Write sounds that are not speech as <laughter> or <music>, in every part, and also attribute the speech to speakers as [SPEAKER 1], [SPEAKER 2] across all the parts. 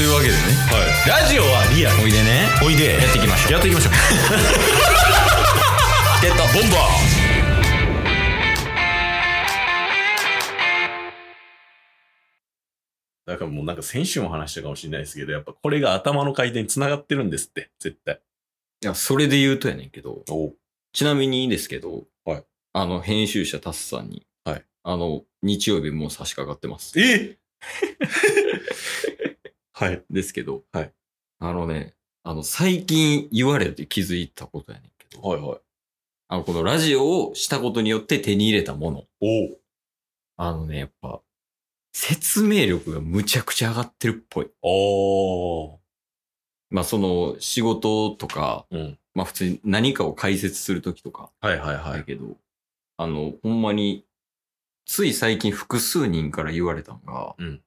[SPEAKER 1] いうわけでね
[SPEAKER 2] はい、ラジオはリアル
[SPEAKER 1] おいでね
[SPEAKER 2] おいで
[SPEAKER 1] やっていきましょう
[SPEAKER 2] やっていきましょう
[SPEAKER 1] ゲットボンバ
[SPEAKER 2] なんかもうなんか先週も話したかもしれないですけどやっぱこれが頭の回転につながってるんですって絶対
[SPEAKER 1] ーいやそれで言うとやねんけど
[SPEAKER 2] お
[SPEAKER 1] ちなみにですけど、
[SPEAKER 2] はい
[SPEAKER 1] あの編集者タスさんに、
[SPEAKER 2] はい
[SPEAKER 1] あの日曜日もう差し掛かってます
[SPEAKER 2] <laughs> えはい
[SPEAKER 1] ですけど、
[SPEAKER 2] はい
[SPEAKER 1] あのねあの最近言われて気づいたことやねんけど
[SPEAKER 2] はいはい
[SPEAKER 1] あのこのラジオをしたことによって手に入れたもの
[SPEAKER 2] お
[SPEAKER 1] あのねやっぱ説明力がむちゃくちゃ上がってるっぽい
[SPEAKER 2] お
[SPEAKER 1] まあその仕事とか、
[SPEAKER 2] うん
[SPEAKER 1] まあ普通に何かを解説するときとか
[SPEAKER 2] はいはいは
[SPEAKER 1] だ
[SPEAKER 2] い
[SPEAKER 1] けど、あの、ほんまに、つい最近複数人から言われたのが、
[SPEAKER 2] うん
[SPEAKER 1] い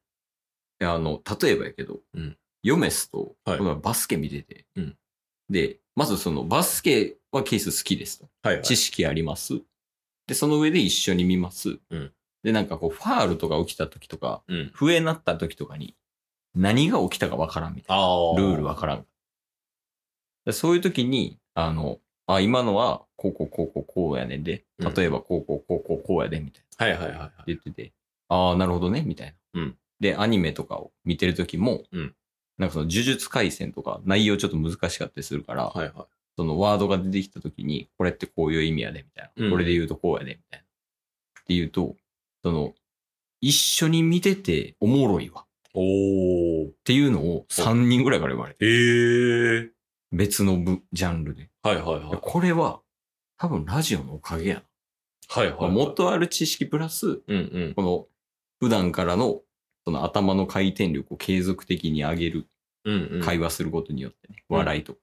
[SPEAKER 1] やあの、例えばやけど、
[SPEAKER 2] うん
[SPEAKER 1] ヨメスと、
[SPEAKER 2] はい
[SPEAKER 1] この前バスケ見てて、
[SPEAKER 2] うん
[SPEAKER 1] で、まずそのバスケはケース好きですと。
[SPEAKER 2] はいはい
[SPEAKER 1] 知識あります。で、その上で一緒に見ます。
[SPEAKER 2] うん
[SPEAKER 1] で、なんかこう、ファールとか起きた時とか、
[SPEAKER 2] うん
[SPEAKER 1] 笛なった時とかに、何が起きたかわからんみたいな。
[SPEAKER 2] あ
[SPEAKER 1] ルールわからん。でそういう時に、あの、あ、今のは、こうこうこうこうこうやねんで、
[SPEAKER 2] うん
[SPEAKER 1] 例えばこうこうこうこうこうやで、みたいな。
[SPEAKER 2] はいはいはいはい
[SPEAKER 1] 言ってて、ああ、なるほどね、みたいな。
[SPEAKER 2] うん
[SPEAKER 1] で、アニメとかを見てる時も、
[SPEAKER 2] うん
[SPEAKER 1] なんかその呪術廻戦とか内容ちょっと難しかったりするから、
[SPEAKER 2] はいは
[SPEAKER 1] そのワードが出てきた時に、これってこういう意味やで、みたいな。
[SPEAKER 2] うん
[SPEAKER 1] これで言うとこうやで、みたいな。って言うと、その、一緒に見てておもろいわ。っ
[SPEAKER 2] いおお
[SPEAKER 1] ていうのを3人ぐらいから言われて、
[SPEAKER 2] えー、
[SPEAKER 1] 別の部ジャンルで。
[SPEAKER 2] はいはいはい
[SPEAKER 1] これは、多分ラジオのおかげやな。
[SPEAKER 2] はいはい
[SPEAKER 1] もっとある知識プラス、
[SPEAKER 2] うんうん
[SPEAKER 1] この、普段からの、その頭の回転力を継続的に上げる、
[SPEAKER 2] うんうん
[SPEAKER 1] 会話することによってね、
[SPEAKER 2] うん
[SPEAKER 1] 笑いとか。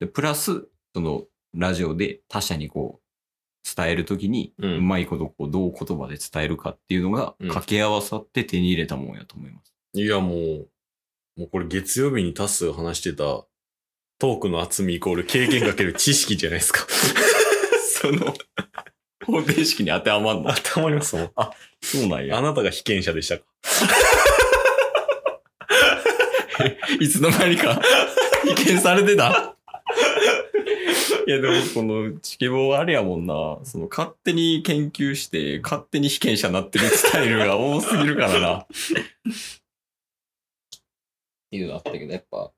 [SPEAKER 1] で、プラス、その、ラジオで他者にこう、伝えるときに、
[SPEAKER 2] う
[SPEAKER 1] うんまいことこう、どう言葉で伝えるかっていうのが、
[SPEAKER 2] うん
[SPEAKER 1] 掛け合わさって手に入れたもんやと思います。
[SPEAKER 2] いやもう、もうこれ月曜日にタスが話してたトークの厚みイコール経験かける知識じゃないですか。
[SPEAKER 1] <laughs> その、方程式に当てはまん <laughs>
[SPEAKER 2] 当。てはまりますもん。あ、
[SPEAKER 1] そうなん
[SPEAKER 2] あ
[SPEAKER 1] や。
[SPEAKER 2] なたが被験者でしたか。
[SPEAKER 1] いつの間にか、意見されてた。いやでもこのチケボーあれやもんな、その勝手に研究して勝手に被験者になってるスタイルが多すぎるからな。っていうのあったけど、やっぱ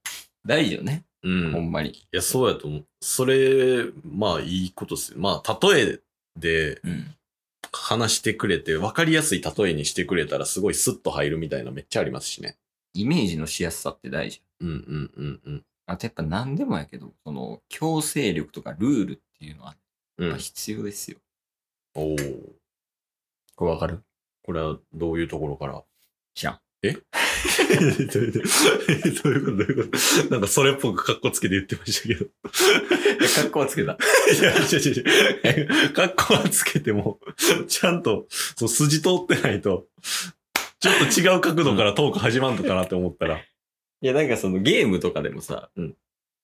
[SPEAKER 1] 大事よね、
[SPEAKER 2] うん。
[SPEAKER 1] ほ
[SPEAKER 2] い
[SPEAKER 1] んまに。
[SPEAKER 2] や、そうやと思う。それ、まあいいことっすよ。まあ、例えで
[SPEAKER 1] うん。
[SPEAKER 2] 話してくれて、分かりやすい例えにしてくれたらすごいスッと入るみたいなめっちゃありますしね。
[SPEAKER 1] イメージのしやすさって大事。
[SPEAKER 2] うんうんうんうん。
[SPEAKER 1] あとやっぱ何でもやけど、その強制力とかルールっていうのは
[SPEAKER 2] う
[SPEAKER 1] やっぱ
[SPEAKER 2] ん。
[SPEAKER 1] 必要ですよ。
[SPEAKER 2] おー
[SPEAKER 1] これわかる
[SPEAKER 2] これはどういうところから
[SPEAKER 1] 知らん。
[SPEAKER 2] <laughs> どういうことどういうことなんかそれっぽく格好つけて言ってましたけど。
[SPEAKER 1] 格好はつけた。
[SPEAKER 2] いや、違う違う違う。格好はつけても、ちゃんと、そう、筋通ってないと、ちょっと違う角度からトーク始まんのかなって思ったら。
[SPEAKER 1] いや、なんかそのゲームとかでもさ、
[SPEAKER 2] うん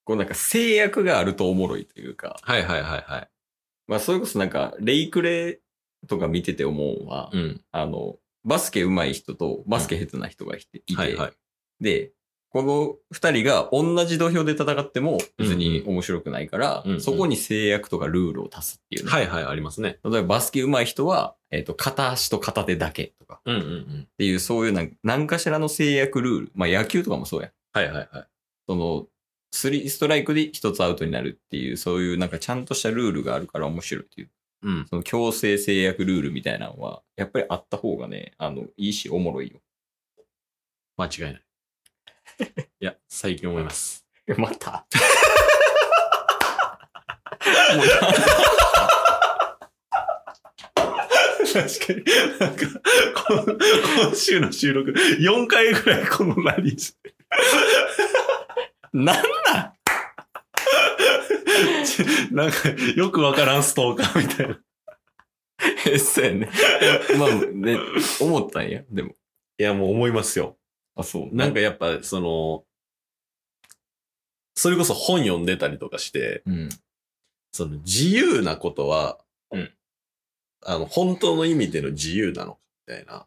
[SPEAKER 1] こうなんか制約があるとおもろいというか、
[SPEAKER 2] はいはいはいはい。
[SPEAKER 1] まあそれこそなんか、レイクレとか見てて思うのは、
[SPEAKER 2] うん。
[SPEAKER 1] あの、バスケ上手い人とバスケ下手な人がいて、いて
[SPEAKER 2] はいはい。
[SPEAKER 1] で、この二人が同じ土俵で戦っても別に面白くないから、
[SPEAKER 2] うんうん
[SPEAKER 1] そこに制約とかルールを足すっていうね、
[SPEAKER 2] はいはい、ありますね。
[SPEAKER 1] 例えばバスケ上手い人は、えっ、と、片足と片手だけとか
[SPEAKER 2] うんうんうん
[SPEAKER 1] っ。ていう、そういうなん何かしらの制約ルール。まあ野球とかもそうやん。
[SPEAKER 2] はいはいはい。
[SPEAKER 1] その、スリーストライクで一つアウトになるっていう、そういうなんかちゃんとしたルールがあるから面白いっていう。
[SPEAKER 2] うん。
[SPEAKER 1] その強制制約ルールみたいなのは、やっぱりあった方がね、あの、いいし、おもろいよ。
[SPEAKER 2] 間違い <laughs> ない。いや、最近思います。
[SPEAKER 1] また
[SPEAKER 2] 確かに。なんか、この今週の収録、4回ぐらいこのラリーして
[SPEAKER 1] なん
[SPEAKER 2] ちなんか、よくわからんストーカーみたいな。
[SPEAKER 1] でそうやね。まあ、ね、思ったんや、でも。
[SPEAKER 2] いや、もう思いますよ。
[SPEAKER 1] あ、そう。
[SPEAKER 2] なんかやっぱその、それこそ本読んでたりとかして、
[SPEAKER 1] うん。
[SPEAKER 2] その自由なことは、
[SPEAKER 1] うん
[SPEAKER 2] あの、本当の意味での自由なのかみたいな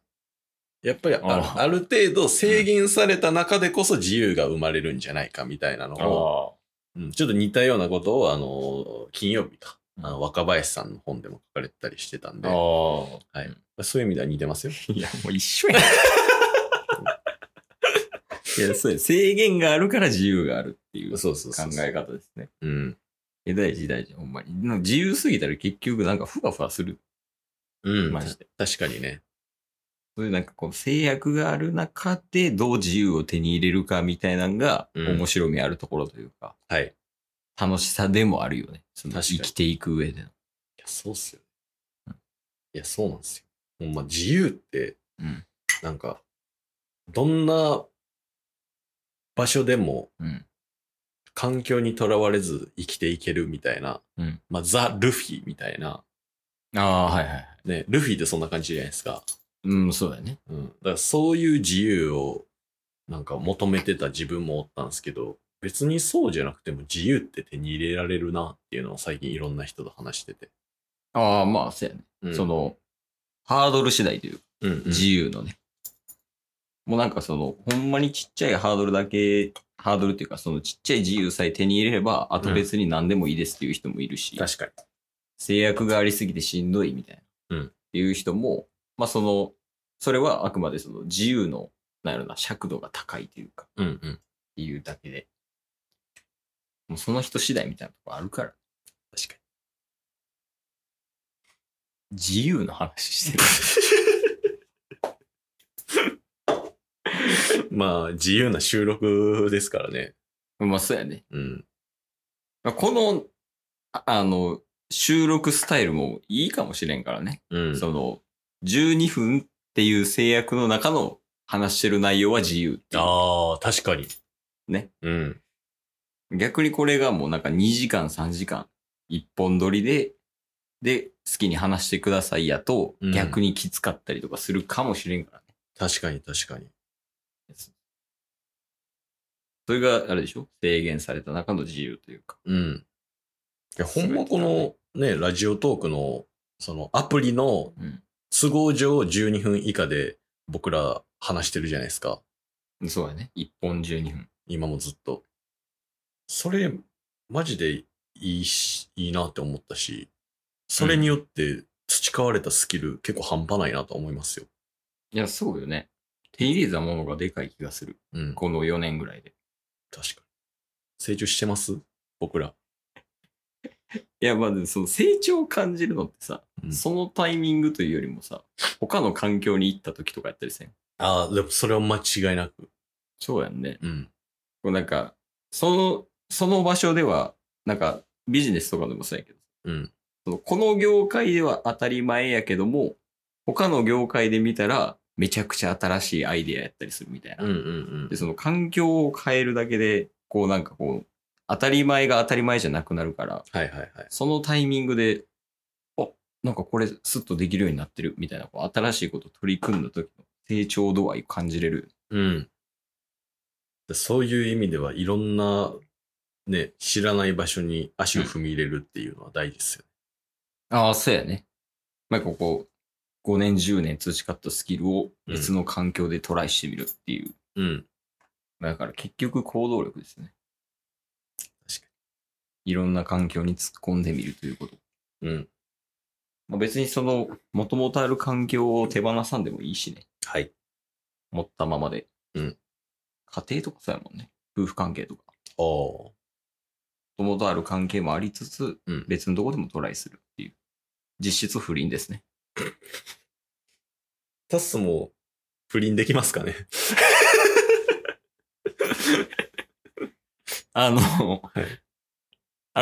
[SPEAKER 2] やっぱりあ
[SPEAKER 1] あ
[SPEAKER 2] ある程度制限された中でこそ自由が生まれるんじゃないかみたいなのを、
[SPEAKER 1] あ
[SPEAKER 2] うんちょっと似たようなことを、あの、金曜日か、
[SPEAKER 1] うん
[SPEAKER 2] あの若林さんの本でも書かれてたりしてたんで、
[SPEAKER 1] あ
[SPEAKER 2] は
[SPEAKER 1] ー。
[SPEAKER 2] い、そういう意味では似てますよ。
[SPEAKER 1] <laughs> いや、もう一緒やん。いや、そうや制限があるから自由があるっていう考
[SPEAKER 2] そうそうそうそう
[SPEAKER 1] え方ですね。
[SPEAKER 2] うん。
[SPEAKER 1] え、大事大事、ほんまに。なんか自由すぎたら結局なんかふわふわする。
[SPEAKER 2] うん。
[SPEAKER 1] マジで
[SPEAKER 2] 確かにね。
[SPEAKER 1] そういうなんかこう制約がある中でどう自由を手に入れるかみたいなのが
[SPEAKER 2] うん
[SPEAKER 1] 面白みあるところというか、
[SPEAKER 2] はい。
[SPEAKER 1] 楽しさでもあるよね。その
[SPEAKER 2] 確かに
[SPEAKER 1] 生きていく上での。
[SPEAKER 2] いや、そうっすよ。いや、そうなんですよ。ほんま、自由って、
[SPEAKER 1] うん
[SPEAKER 2] なんか、どんな場所でも
[SPEAKER 1] うん。
[SPEAKER 2] 環境にとらわれず生きていけるみたいな、
[SPEAKER 1] うん
[SPEAKER 2] まあ、ザ・ルフィみたいな、
[SPEAKER 1] ああ、はいはい。
[SPEAKER 2] ね、ルフィってそんな感じじゃないですか。
[SPEAKER 1] うん、そうだね。
[SPEAKER 2] うん。だから、そういう自由を、なんか求めてた自分もおったんですけど、別にそうじゃなくても自由って手に入れられるなっていうのを最近いろんな人と話してて。
[SPEAKER 1] ああ、まあ、そうやね。
[SPEAKER 2] うん
[SPEAKER 1] そ、の、ハードル次第というか
[SPEAKER 2] うんうん、
[SPEAKER 1] 自由のね。もうなんかその、ほんまにちっちゃいハードルだけ、ハードルっていうか、そのちっちゃい自由さえ手に入れれば、あと別に何でもいいですっていう人もいるし、
[SPEAKER 2] 確かに。
[SPEAKER 1] 制約がありすぎてしんどいみたいな、
[SPEAKER 2] うん
[SPEAKER 1] っていう人も、まあその、それはあくまでその自由の、なんやろな、尺度が高いというか、っ
[SPEAKER 2] うんうん。
[SPEAKER 1] ていうだけで、もうその人次第みたいなとこあるから、
[SPEAKER 2] 確かに。
[SPEAKER 1] 自由の話して
[SPEAKER 2] <laughs>
[SPEAKER 1] る。
[SPEAKER 2] まあ、自由な収録ですからね。
[SPEAKER 1] まあそうやね。
[SPEAKER 2] うん。
[SPEAKER 1] まあこの、ああの、収録スタイルもいいかもしれんからね。
[SPEAKER 2] うん
[SPEAKER 1] その、12分っていう制約の中の話してる内容は自由っていう
[SPEAKER 2] ああ、確かに。
[SPEAKER 1] ね。
[SPEAKER 2] うん。
[SPEAKER 1] 逆にこれがもうなんか2時間3時間、一本撮りで、で、好きに話してくださいやと
[SPEAKER 2] う、ん
[SPEAKER 1] 逆にきつかったりとかするかもしれんからね。
[SPEAKER 2] 確かに、確かに。
[SPEAKER 1] それがあれでしょ制限された中の自由というか。
[SPEAKER 2] うん。いや、ほんまこ
[SPEAKER 1] 全
[SPEAKER 2] のね、ラジオトークの、そのアプリの都合上12分以下で僕ら話してるじゃないですか。
[SPEAKER 1] うん。そうやね。1本12分。
[SPEAKER 2] 今もずっと。それ、マジでいいし、いいなって思ったし、それによって培われたスキル結構半端ないなと思いますよ。
[SPEAKER 1] いや、そうよね。手入れたものがでかい気がする。
[SPEAKER 2] うん。
[SPEAKER 1] この4年ぐらいで。
[SPEAKER 2] 確かに。成長してます僕ら。
[SPEAKER 1] いや、まあ、でもその成長を感じるのってさ、
[SPEAKER 2] うん
[SPEAKER 1] そのタイミングというよりもさ、他の環境に行った時とかやったりせん。
[SPEAKER 2] ああ、でもそれは間違いなく。
[SPEAKER 1] そうやんね。
[SPEAKER 2] うん。
[SPEAKER 1] こうなんか、その、その場所では、なんか、ビジネスとかでもそうやけど、
[SPEAKER 2] うん。
[SPEAKER 1] そのこの業界では当たり前やけども、他の業界で見たら、めちゃくちゃ新しいアイデアやったりするみたいな。
[SPEAKER 2] うんうん
[SPEAKER 1] で、その環境を変えるだけで、こうなんかこう、当たり前が当たり前じゃなくなるから、
[SPEAKER 2] はいはいはい。
[SPEAKER 1] そのタイミングで、あなんかこれスッとできるようになってるみたいな、こう新しいこと取り組んだ時の成長度合い感じれる。
[SPEAKER 2] うん。でそういう意味ではいろんな、ね、知らない場所に足を踏み入れるっていうのは大事ですよ。
[SPEAKER 1] ああ、そうやね。なんかこう、5年、10年培ったスキルを別の環境でトライしてみるっていう。
[SPEAKER 2] うん。
[SPEAKER 1] だから結局行動力ですね。
[SPEAKER 2] 確か
[SPEAKER 1] いろんな環境に突っ込んでみるということ。
[SPEAKER 2] に。うん。
[SPEAKER 1] まあ、別にその、もともとある環境を手放さんでもいいしね。
[SPEAKER 2] はい。
[SPEAKER 1] 持ったままで。
[SPEAKER 2] うん。
[SPEAKER 1] 家庭とかそうやもんね。夫婦関係とか。
[SPEAKER 2] ああ。
[SPEAKER 1] もともとある関係もありつつ、
[SPEAKER 2] うん
[SPEAKER 1] 別のとこでもトライするっていう。実質不倫ですね。
[SPEAKER 2] タッスも不倫できますかね
[SPEAKER 1] あの、
[SPEAKER 2] い
[SPEAKER 1] あ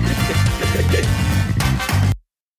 [SPEAKER 3] ます